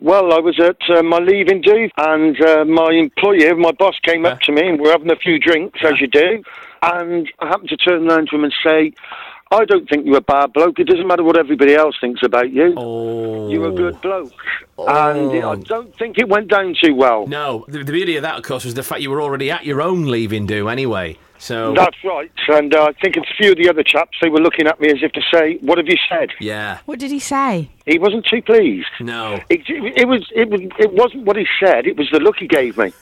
Well, I was at uh, my leave in due, and uh, my employer, my boss, came up to me, and we were having a few drinks, as you do. And I happened to turn around to him and say, I don't think you're a bad bloke. It doesn't matter what everybody else thinks about you. Oh. You're a good bloke. And I don't think it went down too well. No, the, the beauty of that, of course, was the fact you were already at your own leaving do anyway. So That's right. And uh, I think a few of the other chaps, they were looking at me as if to say, What have you said? yeah, What did he say? He wasn't too pleased. no. It, it was. It was. It wasn't what he said. It was the look he gave me.